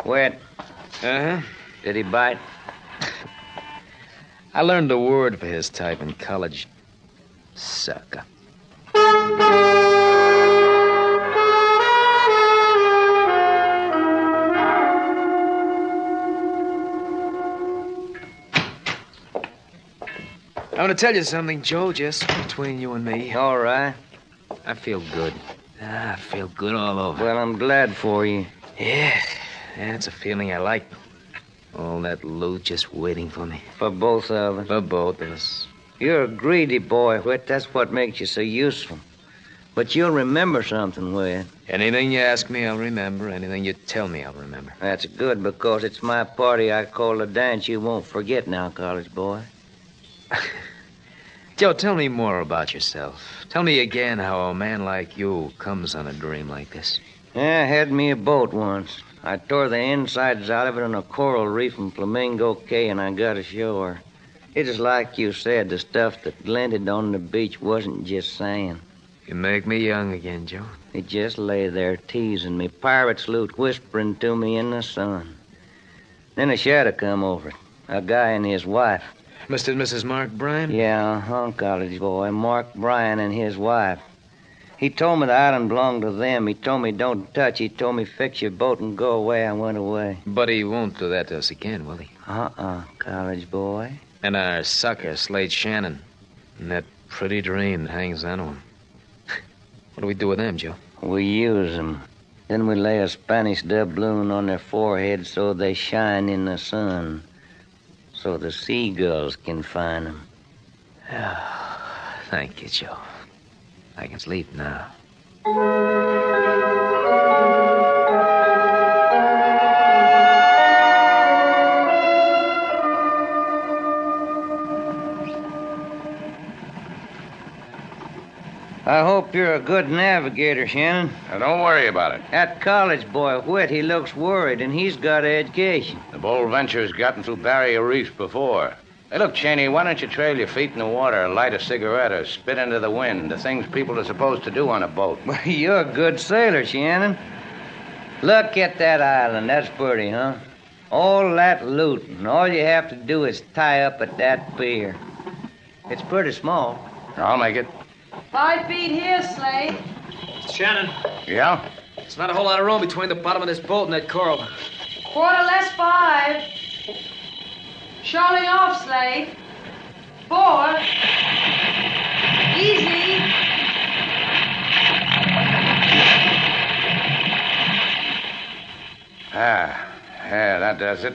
Speaker 12: Wet.
Speaker 10: Uh huh. Did he bite? I learned a word for his type in college. Sucker. I'm going to tell you something, Joe, just between you and me.
Speaker 12: All right.
Speaker 10: I feel good. Ah, I feel good all over.
Speaker 12: Well, I'm glad for you.
Speaker 10: Yeah, Oh, that's a feeling I like. All that loot just waiting for me.
Speaker 12: For both of us.
Speaker 10: For both of us.
Speaker 12: You're a greedy boy, Whit. That's what makes you so useful. But you'll remember something, Whit.
Speaker 10: Anything you ask me, I'll remember. Anything you tell me, I'll remember.
Speaker 12: That's good because it's my party I call a dance you won't forget now, college boy.
Speaker 10: Joe, tell me more about yourself. Tell me again how a man like you comes on a dream like this.
Speaker 12: Yeah, I had me a boat once. I tore the insides out of it on a coral reef in Flamingo Cay and I got ashore. It is like you said, the stuff that glinted on the beach wasn't just sand.
Speaker 10: You make me young again, Joe.
Speaker 12: It just lay there teasing me, pirate's loot whispering to me in the sun. Then a shadow come over it, a guy and his wife.
Speaker 10: Mr. and Mrs. Mark Bryan?
Speaker 12: Yeah, huh, college boy. Mark Bryan and his wife. He told me the island belonged to them. He told me don't touch. He told me fix your boat and go away. I went away.
Speaker 10: But he won't do that to us again, will he?
Speaker 12: Uh-uh, college boy.
Speaker 10: And our sucker, Slade Shannon. And that pretty dream that hangs on to him. what do we do with them, Joe?
Speaker 12: We use them. Then we lay a Spanish doubloon on their foreheads so they shine in the sun so the seagulls can find them.
Speaker 10: Oh, *sighs* thank you, Joe. I can sleep now.
Speaker 12: I hope you're a good navigator, Shannon.
Speaker 8: Now, don't worry about it.
Speaker 12: That college boy, Whit, he looks worried, and he's got an education.
Speaker 8: The Bold Venture's gotten through barrier reefs before. Hey, look, Cheney, why don't you trail your feet in the water, light a cigarette, or spit into the wind? The things people are supposed to do on a boat.
Speaker 12: Well, *laughs* you're a good sailor, Shannon. Look at that island. That's pretty, huh? All that looting. All you have to do is tie up at that pier. It's pretty small.
Speaker 8: I'll make it.
Speaker 13: Five feet here, Slade.
Speaker 10: Shannon,
Speaker 8: Yeah?
Speaker 10: it's not a whole lot of room between the bottom of this boat and that coral.
Speaker 13: Quarter less five. Shoaling off, Slade. Four. Easy.
Speaker 8: Ah, yeah, that does it.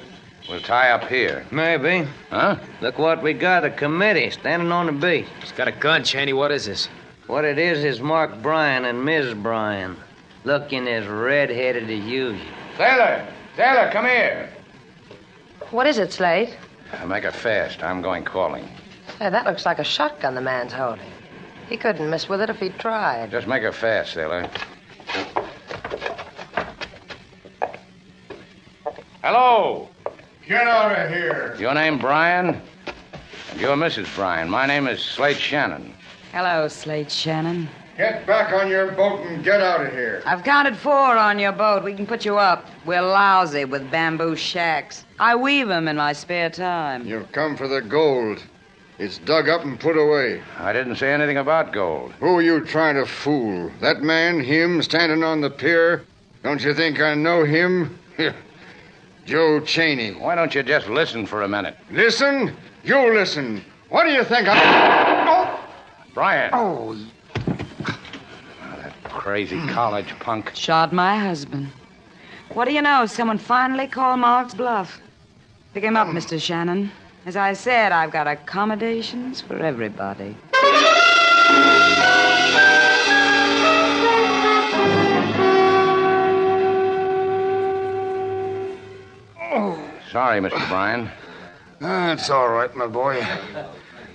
Speaker 8: We'll tie up here.
Speaker 12: Maybe.
Speaker 8: Huh?
Speaker 12: Look what we got a committee standing on the beach.
Speaker 10: It's got a gun, Cheney. What is this?
Speaker 12: What it is is Mark Bryan and Miss Bryan, looking as red-headed as usual.
Speaker 8: Sailor! Sailor, come here!
Speaker 11: What is it, Slade?
Speaker 8: Make it fast. I'm going calling.
Speaker 11: Hey, that looks like a shotgun the man's holding. He couldn't miss with it if he tried.
Speaker 8: Just make it fast, Sailor. Hello!
Speaker 14: Get out of here.
Speaker 8: Your name Brian? And you're Mrs. Bryan. My name is Slate Shannon.
Speaker 13: Hello, Slade Shannon.
Speaker 14: Get back on your boat and get out of here.
Speaker 13: I've counted four on your boat. We can put you up. We're lousy with bamboo shacks. I weave 'em in my spare time.
Speaker 14: You've come for the gold. It's dug up and put away.
Speaker 8: I didn't say anything about gold.
Speaker 14: Who are you trying to fool? That man, him, standing on the pier? Don't you think I know him? Joe Cheney.
Speaker 8: Why don't you just listen for a minute?
Speaker 14: Listen, you listen. What do you think I.
Speaker 8: Brian. Ah,
Speaker 14: Oh,
Speaker 8: Crazy college punk.
Speaker 13: Shot my husband. What do you know? Someone finally called Mark's bluff. Pick him up,
Speaker 14: Hmm.
Speaker 13: Mr. Shannon. As I said, I've got accommodations for everybody.
Speaker 8: Sorry, Mr. Bryan.
Speaker 14: That's all right, my boy.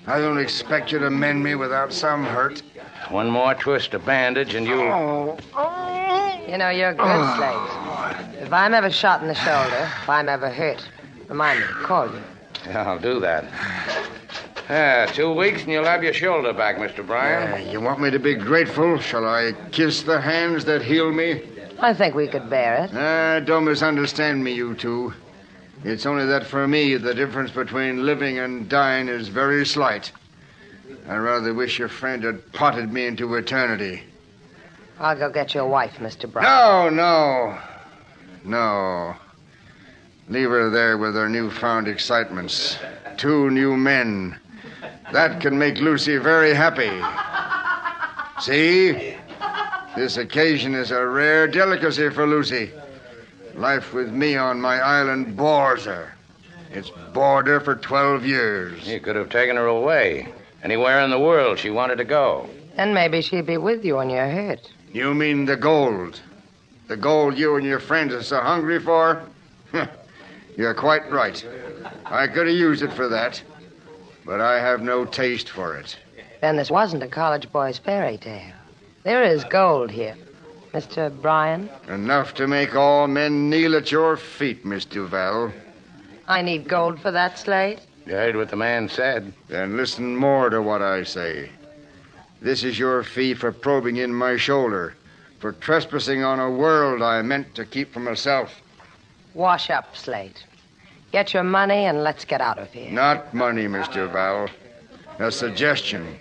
Speaker 14: I don't expect you to mend me without some hurt.
Speaker 8: One more twist of bandage and you.
Speaker 14: Oh,
Speaker 11: You know, you're a good, Slate. If I'm ever shot in the shoulder, if I'm ever hurt, remind me, call you.
Speaker 8: Yeah, *laughs* I'll do that. Yeah, two weeks and you'll have your shoulder back, Mr. Bryan.
Speaker 14: you want me to be grateful? Shall I kiss the hands that heal me?
Speaker 11: I think we could bear it.
Speaker 14: Ah, don't misunderstand me, you two. It's only that for me, the difference between living and dying is very slight. I rather wish your friend had potted me into eternity.
Speaker 11: I'll go get your wife, Mr. Brown.
Speaker 14: No, no. No. Leave her there with her newfound excitements. Two new men. That can make Lucy very happy. See? This occasion is a rare delicacy for Lucy. Life with me on my island bores her. It's bored her for 12 years.
Speaker 8: You could have taken her away. Anywhere in the world she wanted to go.
Speaker 11: And maybe she'd be with you when you're hurt.
Speaker 14: You mean the gold? The gold you and your friends are so hungry for? *laughs* You're quite right. I could have used it for that, but I have no taste for it.
Speaker 11: Then this wasn't a college boy's fairy tale. There is gold here. Mr. Bryan,
Speaker 14: Enough to make all men kneel at your feet, Miss Duval.
Speaker 11: I need gold for that slate.
Speaker 8: You heard what the man said.
Speaker 14: Then listen more to what I say. This is your fee for probing in my shoulder, for trespassing on a world I meant to keep for myself.
Speaker 11: Wash up, Slate. Get your money and let's get out of here.
Speaker 14: Not money, Mr. Val. A suggestion.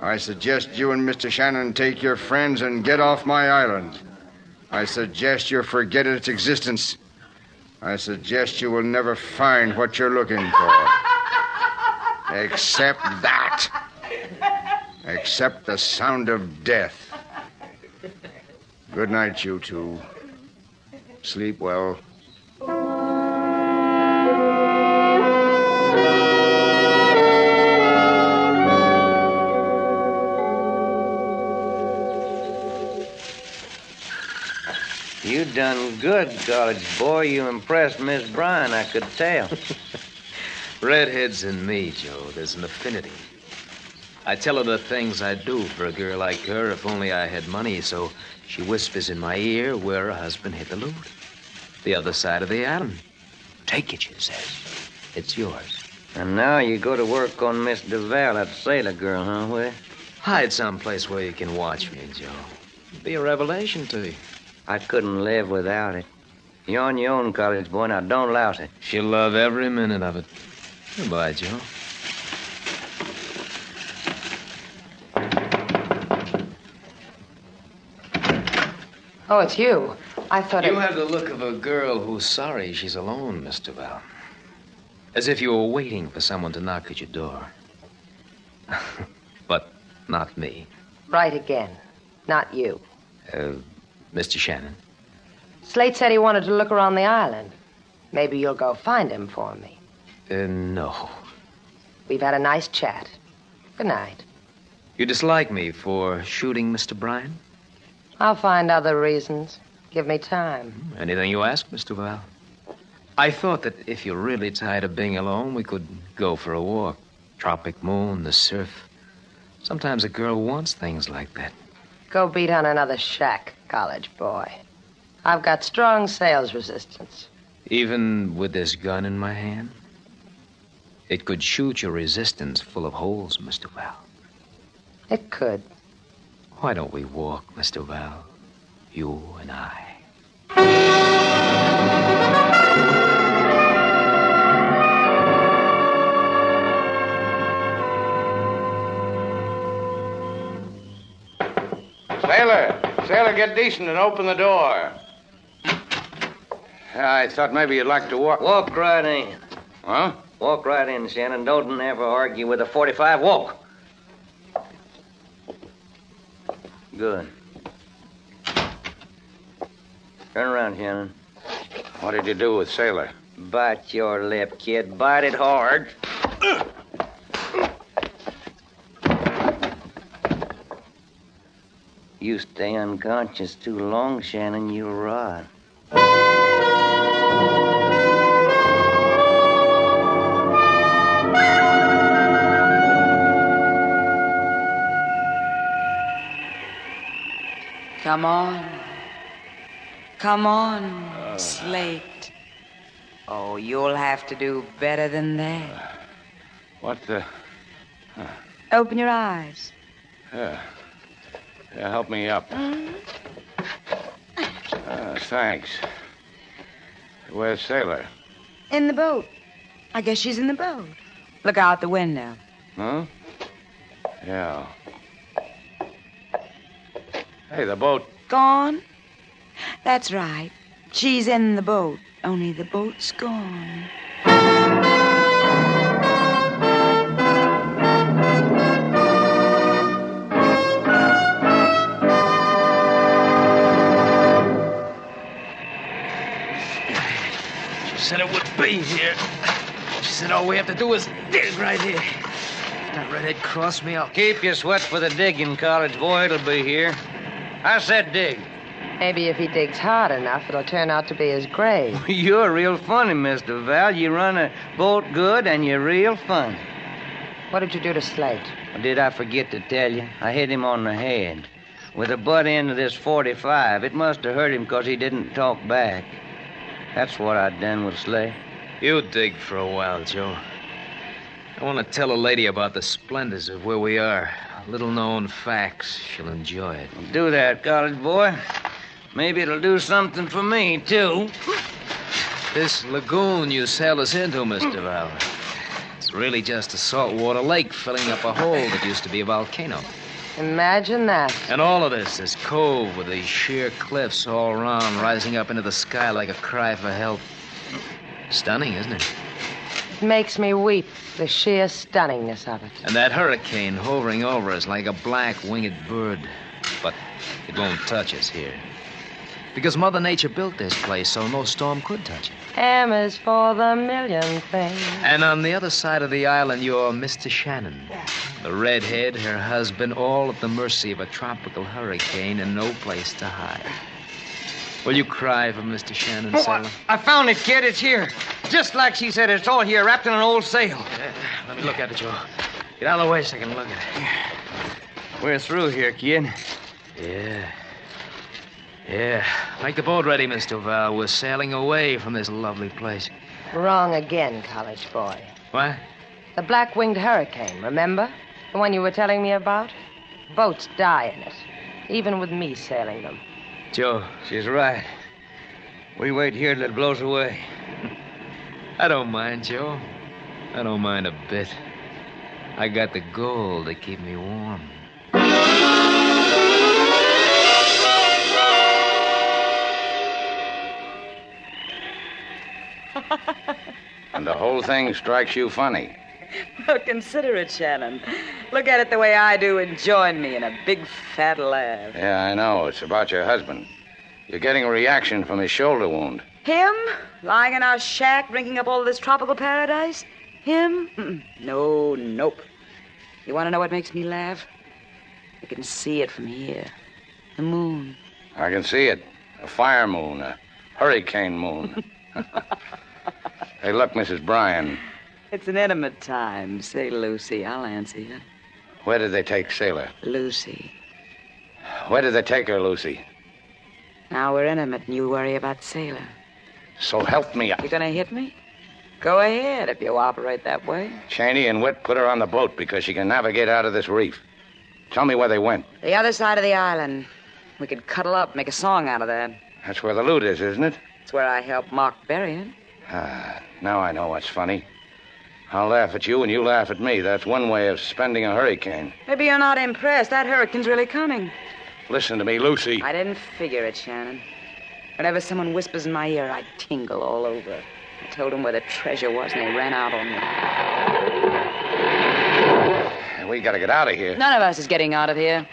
Speaker 14: I suggest you and Mr. Shannon take your friends and get off my island. I suggest you forget its existence. I suggest you will never find what you're looking for. Except that. Except the sound of death. Good night, you two. Sleep well.
Speaker 12: You done good, college boy. You impressed Miss Bryan, I could tell.
Speaker 10: *laughs* Redheads and me, Joe, there's an affinity. I tell her the things I do for a girl like her if only I had money, so she whispers in my ear where her husband hit the loot. The other side of the island. Take it, she says. It's yours.
Speaker 12: And now you go to work on Miss DeVal, that sailor girl, huh, Will?
Speaker 10: Hide someplace where you can watch me, Joe. Be a revelation to you.
Speaker 12: I couldn't live without it. You're on your own, college boy. Now don't louse it.
Speaker 10: She'll love every minute of it. Goodbye, Joe.
Speaker 11: Oh, it's you. I thought
Speaker 10: You
Speaker 11: it...
Speaker 10: have the look of a girl who's sorry she's alone, Mr. Val. As if you were waiting for someone to knock at your door. *laughs* but not me,
Speaker 11: Right again. Not you.
Speaker 10: uh, Mr. Shannon.
Speaker 11: Slate said he wanted to look around the island. Maybe you'll go find him for me.
Speaker 10: Uh, no.
Speaker 11: We've had a nice chat. Good night.
Speaker 10: You dislike me for shooting Mr. Bryan?
Speaker 11: I'll find other reasons. Give me time.
Speaker 10: Anything you ask, Mr. Val. I thought that if you're really tired of being alone, we could go for a walk. Tropic moon, the surf. Sometimes a girl wants things like that.
Speaker 11: Go beat on another shack, college boy. I've got strong sales resistance.
Speaker 10: Even with this gun in my hand? It could shoot your resistance full of holes, Mr. Val.
Speaker 11: It could.
Speaker 10: Why don't we walk, Mr. Val? You and I.
Speaker 8: Sailor! Sailor, get decent and open the door. I thought maybe you'd like to walk.
Speaker 12: Walk right in.
Speaker 8: Huh?
Speaker 12: Walk right in, Shannon. Don't ever argue with a 45. Walk. Good. Turn around, Shannon.
Speaker 8: What did you do with Sailor?
Speaker 12: Bite your lip, kid. Bite it hard. You stay unconscious too long, Shannon, you'll rot.
Speaker 13: Come on. Come on, Slate. Oh, you'll have to do better than
Speaker 14: Uh,
Speaker 13: that.
Speaker 8: What the?
Speaker 13: Open your eyes.
Speaker 8: Ah, Yeah. Yeah, help me up. Uh, thanks. Where's Sailor?
Speaker 13: In the boat. I guess she's in the boat. Look out the window.
Speaker 8: Huh? Yeah. Hey, the boat.
Speaker 13: Gone? That's right. She's in the boat, only the boat's gone.
Speaker 10: She said it would be here. She said all we have to do is dig right here. That redhead crossed me up.
Speaker 12: Keep your sweat for the digging, college boy. It'll be here. I said dig. *laughs*
Speaker 11: Maybe if he digs hard enough, it'll turn out to be his grave.
Speaker 12: You're real funny, Mr. Val. You run a boat good, and you're real funny.
Speaker 11: What did you do to Slate?
Speaker 12: Did I forget to tell you? I hit him on the head with the butt end of this 45. It must have hurt him because he didn't talk back. That's what I done with Slate.
Speaker 10: You dig for a while, Joe. I want to tell a lady about the splendors of where we are. Little known facts. She'll enjoy it.
Speaker 12: Do that, college boy. Maybe it'll do something for me, too.
Speaker 10: This lagoon you sailed us into, Mr. Val. It's really just a saltwater lake filling up a hole that used to be a volcano.
Speaker 11: Imagine that.
Speaker 10: And all of this, this cove with these sheer cliffs all around, rising up into the sky like a cry for help. Stunning, isn't it?
Speaker 11: It makes me weep, the sheer stunningness of it.
Speaker 10: And that hurricane hovering over us like a black winged bird. But it won't touch us here. Because Mother Nature built this place so no storm could touch it.
Speaker 11: M is for the million things.
Speaker 10: And on the other side of the island, you're Mr. Shannon. The redhead, her husband, all at the mercy of a tropical hurricane and no place to hide. Will you cry for Mr. Shannon,
Speaker 12: Oh,
Speaker 10: Sailor?
Speaker 12: I, I found it, kid. It's here. Just like she said, it's all here, wrapped in an old sail.
Speaker 10: Let me look at it, Joe. Get out of the way so I can look at
Speaker 12: We're through here, kid.
Speaker 10: it. Yeah. Yeah. Make the boat ready, Mr. Val. We're sailing away from this lovely place.
Speaker 11: Wrong again, college boy.
Speaker 10: What?
Speaker 11: The black winged hurricane, remember? The one you were telling me about? Boats die in it, even with me sailing them.
Speaker 12: Joe, she's right. We wait here till it blows away.
Speaker 10: I don't mind, Joe. I don't mind a bit. I got the gold to keep me warm.
Speaker 8: And the whole thing strikes you funny.
Speaker 13: *laughs* Well, consider it, Shannon. Look at it the way I do and join me in a big fat laugh.
Speaker 8: Yeah, I know. It's about your husband. You're getting a reaction from his shoulder wound.
Speaker 13: Him? Lying in our shack, drinking up all this tropical paradise? Him? Mm-mm. No, nope. You want to know what makes me laugh? I can see it from here. The moon.
Speaker 8: I can see it. A fire moon, a
Speaker 13: *laughs*
Speaker 8: hurricane moon. hey, look, Mrs. Bryan.
Speaker 13: It's an intimate time. Say, Lucy, I'll answer you.
Speaker 8: Where did they take Sailor?
Speaker 13: Lucy.
Speaker 8: Where did they take her, Lucy?
Speaker 13: Now we're intimate and you worry about Sailor.
Speaker 8: So help me up.
Speaker 13: You gonna hit me? Go ahead if you operate that way.
Speaker 8: Cheney and Witt put her on the boat because she can navigate out of this reef. Tell me where they went.
Speaker 13: The other side of the island. We could cuddle up, make a song out of that.
Speaker 8: That's where the loot is, isn't it?
Speaker 13: It's where I helped Mark bury it.
Speaker 8: Ah, now I know what's funny. I'll laugh at you and you laugh at me. That's one way of spending a hurricane.
Speaker 13: Maybe you're not impressed. That hurricane's really coming.
Speaker 8: Listen to me, Lucy.
Speaker 13: I didn't figure it, Shannon. Whenever someone whispers in my ear, I tingle all over. I told them where the treasure was, and they ran out on me.
Speaker 8: We gotta get out of here.
Speaker 13: None of us is getting out of here.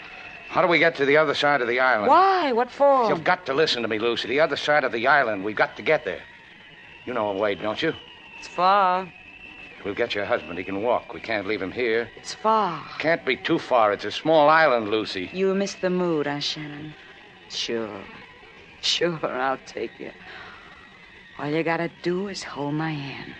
Speaker 8: How do we get to the other side of the island?
Speaker 13: Why? What for?
Speaker 8: You've got to listen to me, Lucy. The other side of the island. We've got to get there. You know a way, don't you?
Speaker 13: It's far.
Speaker 8: We'll get your husband. He can walk. We can't leave him here.
Speaker 13: It's far.
Speaker 8: Can't be too far. It's a small island, Lucy.
Speaker 13: You missed the mood, huh, Shannon? Sure. Sure, I'll take you. All you gotta do is hold my hand.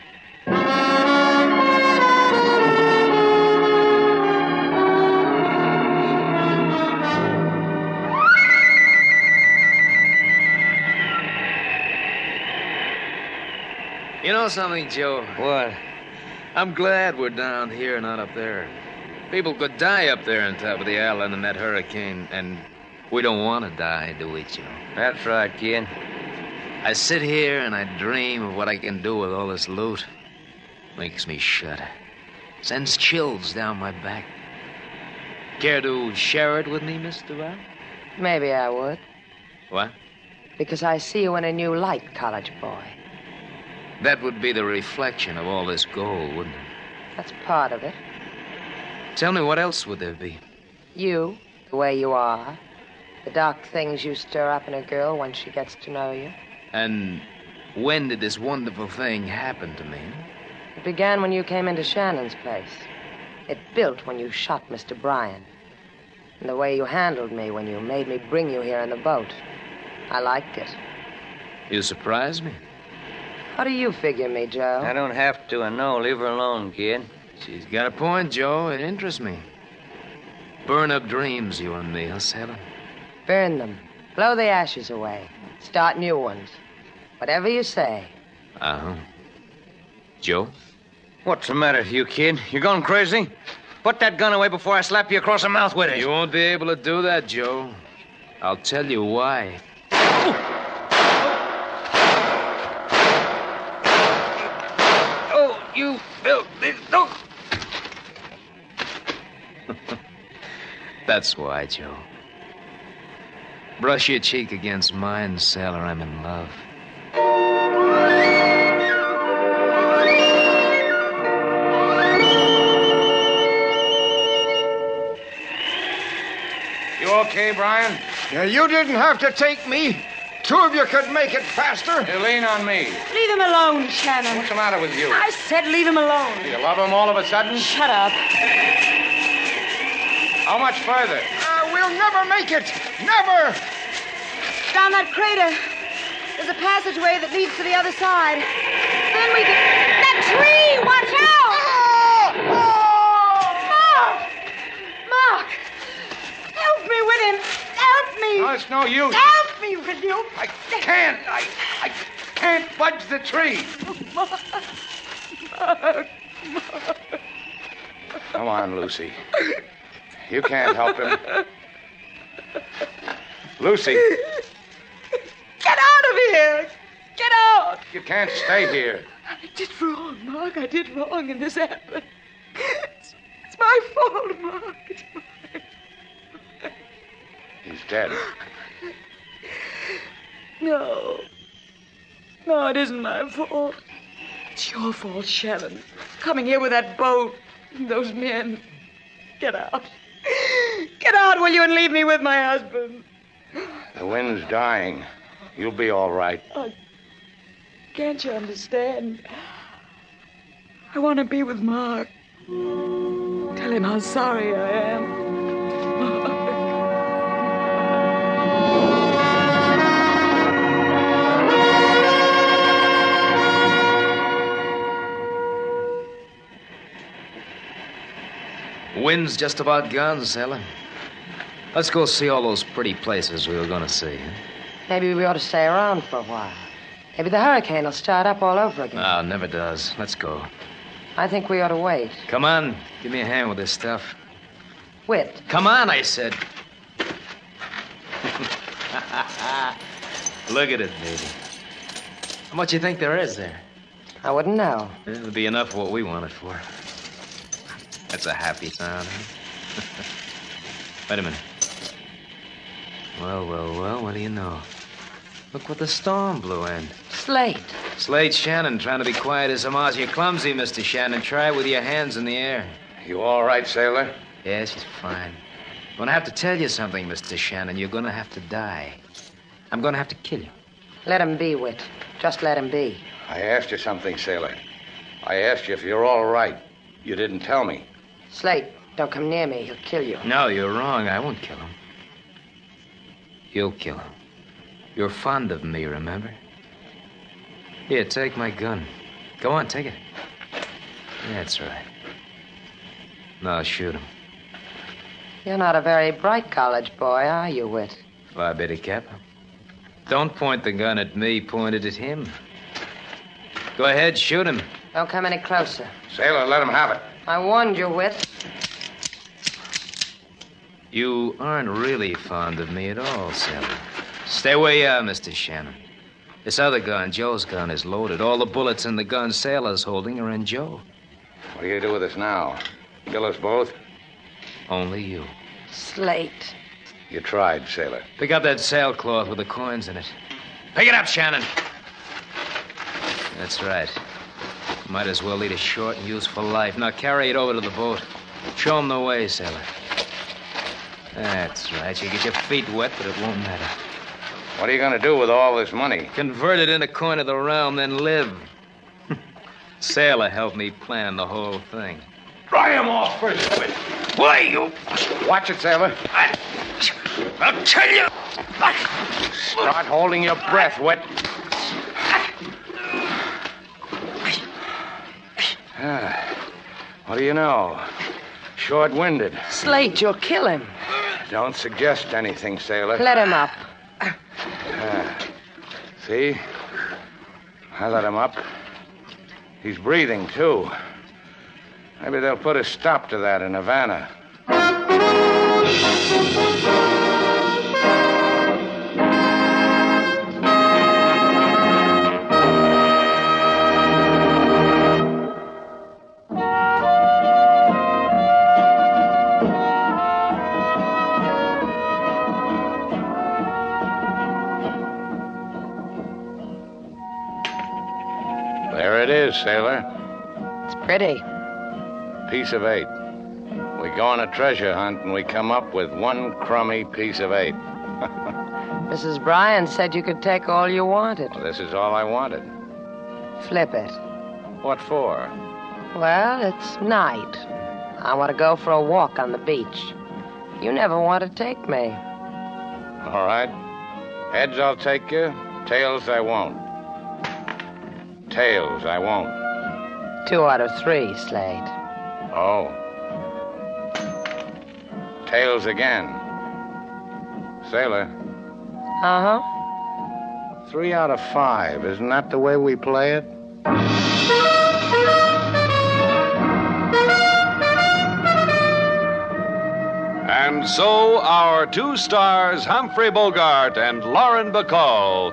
Speaker 10: You know something, Joe? What? I'm glad we're down here, not up there. People could die up there on top of the island in that hurricane, and we don't want to die, do we, Joe? That's right, kid. I sit here and I dream of what I can do with all this loot. Makes me shudder. Sends chills down my back. Care to share it with me, Mr. Val?
Speaker 11: Maybe I would.
Speaker 10: What?
Speaker 11: Because I see you in a new light, college boy.
Speaker 10: That would be the reflection of all this gold, wouldn't it?
Speaker 11: That's part of it.
Speaker 10: Tell me, what else would there be?
Speaker 11: You, the way you are, the dark things you stir up in a girl when she gets to know you.
Speaker 10: And when did this wonderful thing happen to me?
Speaker 11: It began when you came into Shannon's place. It built when you shot Mr. Bryan. And the way you handled me when you made me bring you here in the boat. I liked it.
Speaker 10: You surprised me.
Speaker 11: How do you figure me, Joe?
Speaker 12: I don't have to, I know. Leave her alone, kid.
Speaker 10: She's got a point, Joe. It interests me. Burn up dreams, you and me, huh, Sailor?
Speaker 11: Burn them. Blow the ashes away. Start new ones. Whatever you say.
Speaker 10: Uh huh. Joe?
Speaker 12: What's the matter with you, kid? You're going crazy? Put that gun away before I slap you across the mouth with it.
Speaker 10: You won't be able to do
Speaker 12: *laughs*
Speaker 10: that, Joe. I'll tell you why.
Speaker 12: Oh, you built this. No.
Speaker 10: That's why, Joe. Brush your cheek against mine, Sailor. I'm in love.
Speaker 8: You okay, Brian?
Speaker 14: Yeah, you didn't have to take me. Two of you could make it faster.
Speaker 8: You lean on me.
Speaker 13: Leave him alone, Shannon.
Speaker 8: What's the matter with you?
Speaker 13: I said leave him alone.
Speaker 8: Do you love him all of a sudden?
Speaker 13: Shut up.
Speaker 8: How much further?
Speaker 14: Uh, we'll never make it. Never.
Speaker 13: Down that crater. There's a passageway that leads to the other side. Then we can. That tree! Watch out!
Speaker 12: Ah!
Speaker 13: Mark! Mark! Help me with him! Help me!
Speaker 8: No, it's no use.
Speaker 13: Help me with you!
Speaker 8: I can't. I, I can't budge the tree.
Speaker 13: Mark! Mark! Mark!
Speaker 8: Come on, Lucy. You can't help him. Lucy,
Speaker 13: Get out of here! Get out!
Speaker 8: you can't stay here.
Speaker 13: I did wrong, Mark. I did wrong, and this happened. It's, it's my fault, Mark. It's my...
Speaker 8: He's dead.
Speaker 13: No. No, it isn't my fault. It's your fault, Shannon. Coming here with that boat and those men. Get out. Get out, will you, and leave me with my husband.
Speaker 8: The wind's dying. You'll be all right.
Speaker 13: Can't you understand? I want to be with Mark. Tell him how sorry I am.
Speaker 10: Wind's just about gone, Sailor. Let's go see all those pretty places we were going to see.
Speaker 11: Maybe we ought to stay around for a while. Maybe the hurricane will start up all over again.
Speaker 10: Ah, never does. Let's go.
Speaker 11: I think we ought to wait.
Speaker 10: Come on, give me a hand with this stuff.
Speaker 11: Wait.
Speaker 10: Come on, I said. Look at it, baby. How much you think there is there?
Speaker 11: I wouldn't know.
Speaker 10: It'll be enough of what we want it for. That's a happy sound. huh? *laughs* Wait a minute. Well, well, well, what do you know? Look what the storm blew in.
Speaker 11: Slate.
Speaker 10: Slade Shannon trying to be quiet as a mouse. You're clumsy, Mr. Shannon. Try with your hands in the air.
Speaker 8: You all right, sailor?
Speaker 10: Yeah, she's fine. I'm going to have to tell you something, Mr. Shannon. You're going to have to die. I'm going to have to kill you.
Speaker 11: Let him be, Wit. Just let him be.
Speaker 8: I asked you something, sailor. I asked you if you're all right. You didn't tell me.
Speaker 11: Slate, don't come near me. He'll kill you.
Speaker 10: No, Oh, you're wrong. I won't kill him. You'll kill him. You're fond of me, remember? Here, take my gun. Go on, take it. That's right. Now shoot him.
Speaker 11: You're not a very bright college boy, are you, Wit?
Speaker 10: Phi Beta Kappa. Don't point the gun at me, point it at him. Go ahead, shoot him.
Speaker 11: Don't come any closer.
Speaker 8: Sailor, let him have it.
Speaker 11: I warned you, Whit.
Speaker 10: You aren't really fond of me at all, Sally. Stay where you are, Mr. Shannon. This other gun, Joe's gun, is loaded. All the bullets in the gun Sailor's holding are in Joe.
Speaker 8: What do you do with us now? Kill us both?
Speaker 10: Only you.
Speaker 11: Slate.
Speaker 8: You tried, Sailor.
Speaker 10: Pick up that sailcloth with the coins in it. Pick it up, Shannon. That's right. Might as well lead a short and useful life. Now carry it over to the boat. Show 'em the way, sailor. That's right. You get your feet wet, but it won't matter.
Speaker 8: What are you going to do with all this money?
Speaker 10: Convert it into coin of the realm, then live. *laughs* sailor helped me plan the whole thing.
Speaker 8: Try him off first, Whit.
Speaker 10: Why, you?
Speaker 8: Watch it, Sailor.
Speaker 10: I, I'll tell you.
Speaker 8: Start holding your breath, Whit. Ah, what do you know? Short winded.
Speaker 11: Slate, you'll kill him.
Speaker 8: Don't suggest anything, Sailor.
Speaker 11: Let him up.
Speaker 8: Ah, see? I let him up. He's breathing, too. Maybe they'll put a stop to that in Havana. There it is, sailor.
Speaker 11: It's pretty.
Speaker 8: Piece of eight. We go on a treasure hunt and we come up with one crummy piece of eight.
Speaker 11: Mrs. Bryan said you could take all you wanted.
Speaker 8: This is all I wanted.
Speaker 11: Flip it.
Speaker 8: What for?
Speaker 11: Well, it's night. I want to go for a walk on the beach. You never want to take me.
Speaker 8: All right. Heads, I'll take you. Tails, I won't. Tails, I won't.
Speaker 11: Two out of three, Slate.
Speaker 8: Oh. Tails again. Sailor.
Speaker 11: Uh huh.
Speaker 8: Three out of five. Isn't that the way we play it?
Speaker 15: And so our two stars, Humphrey Bogart and Lauren Bacall,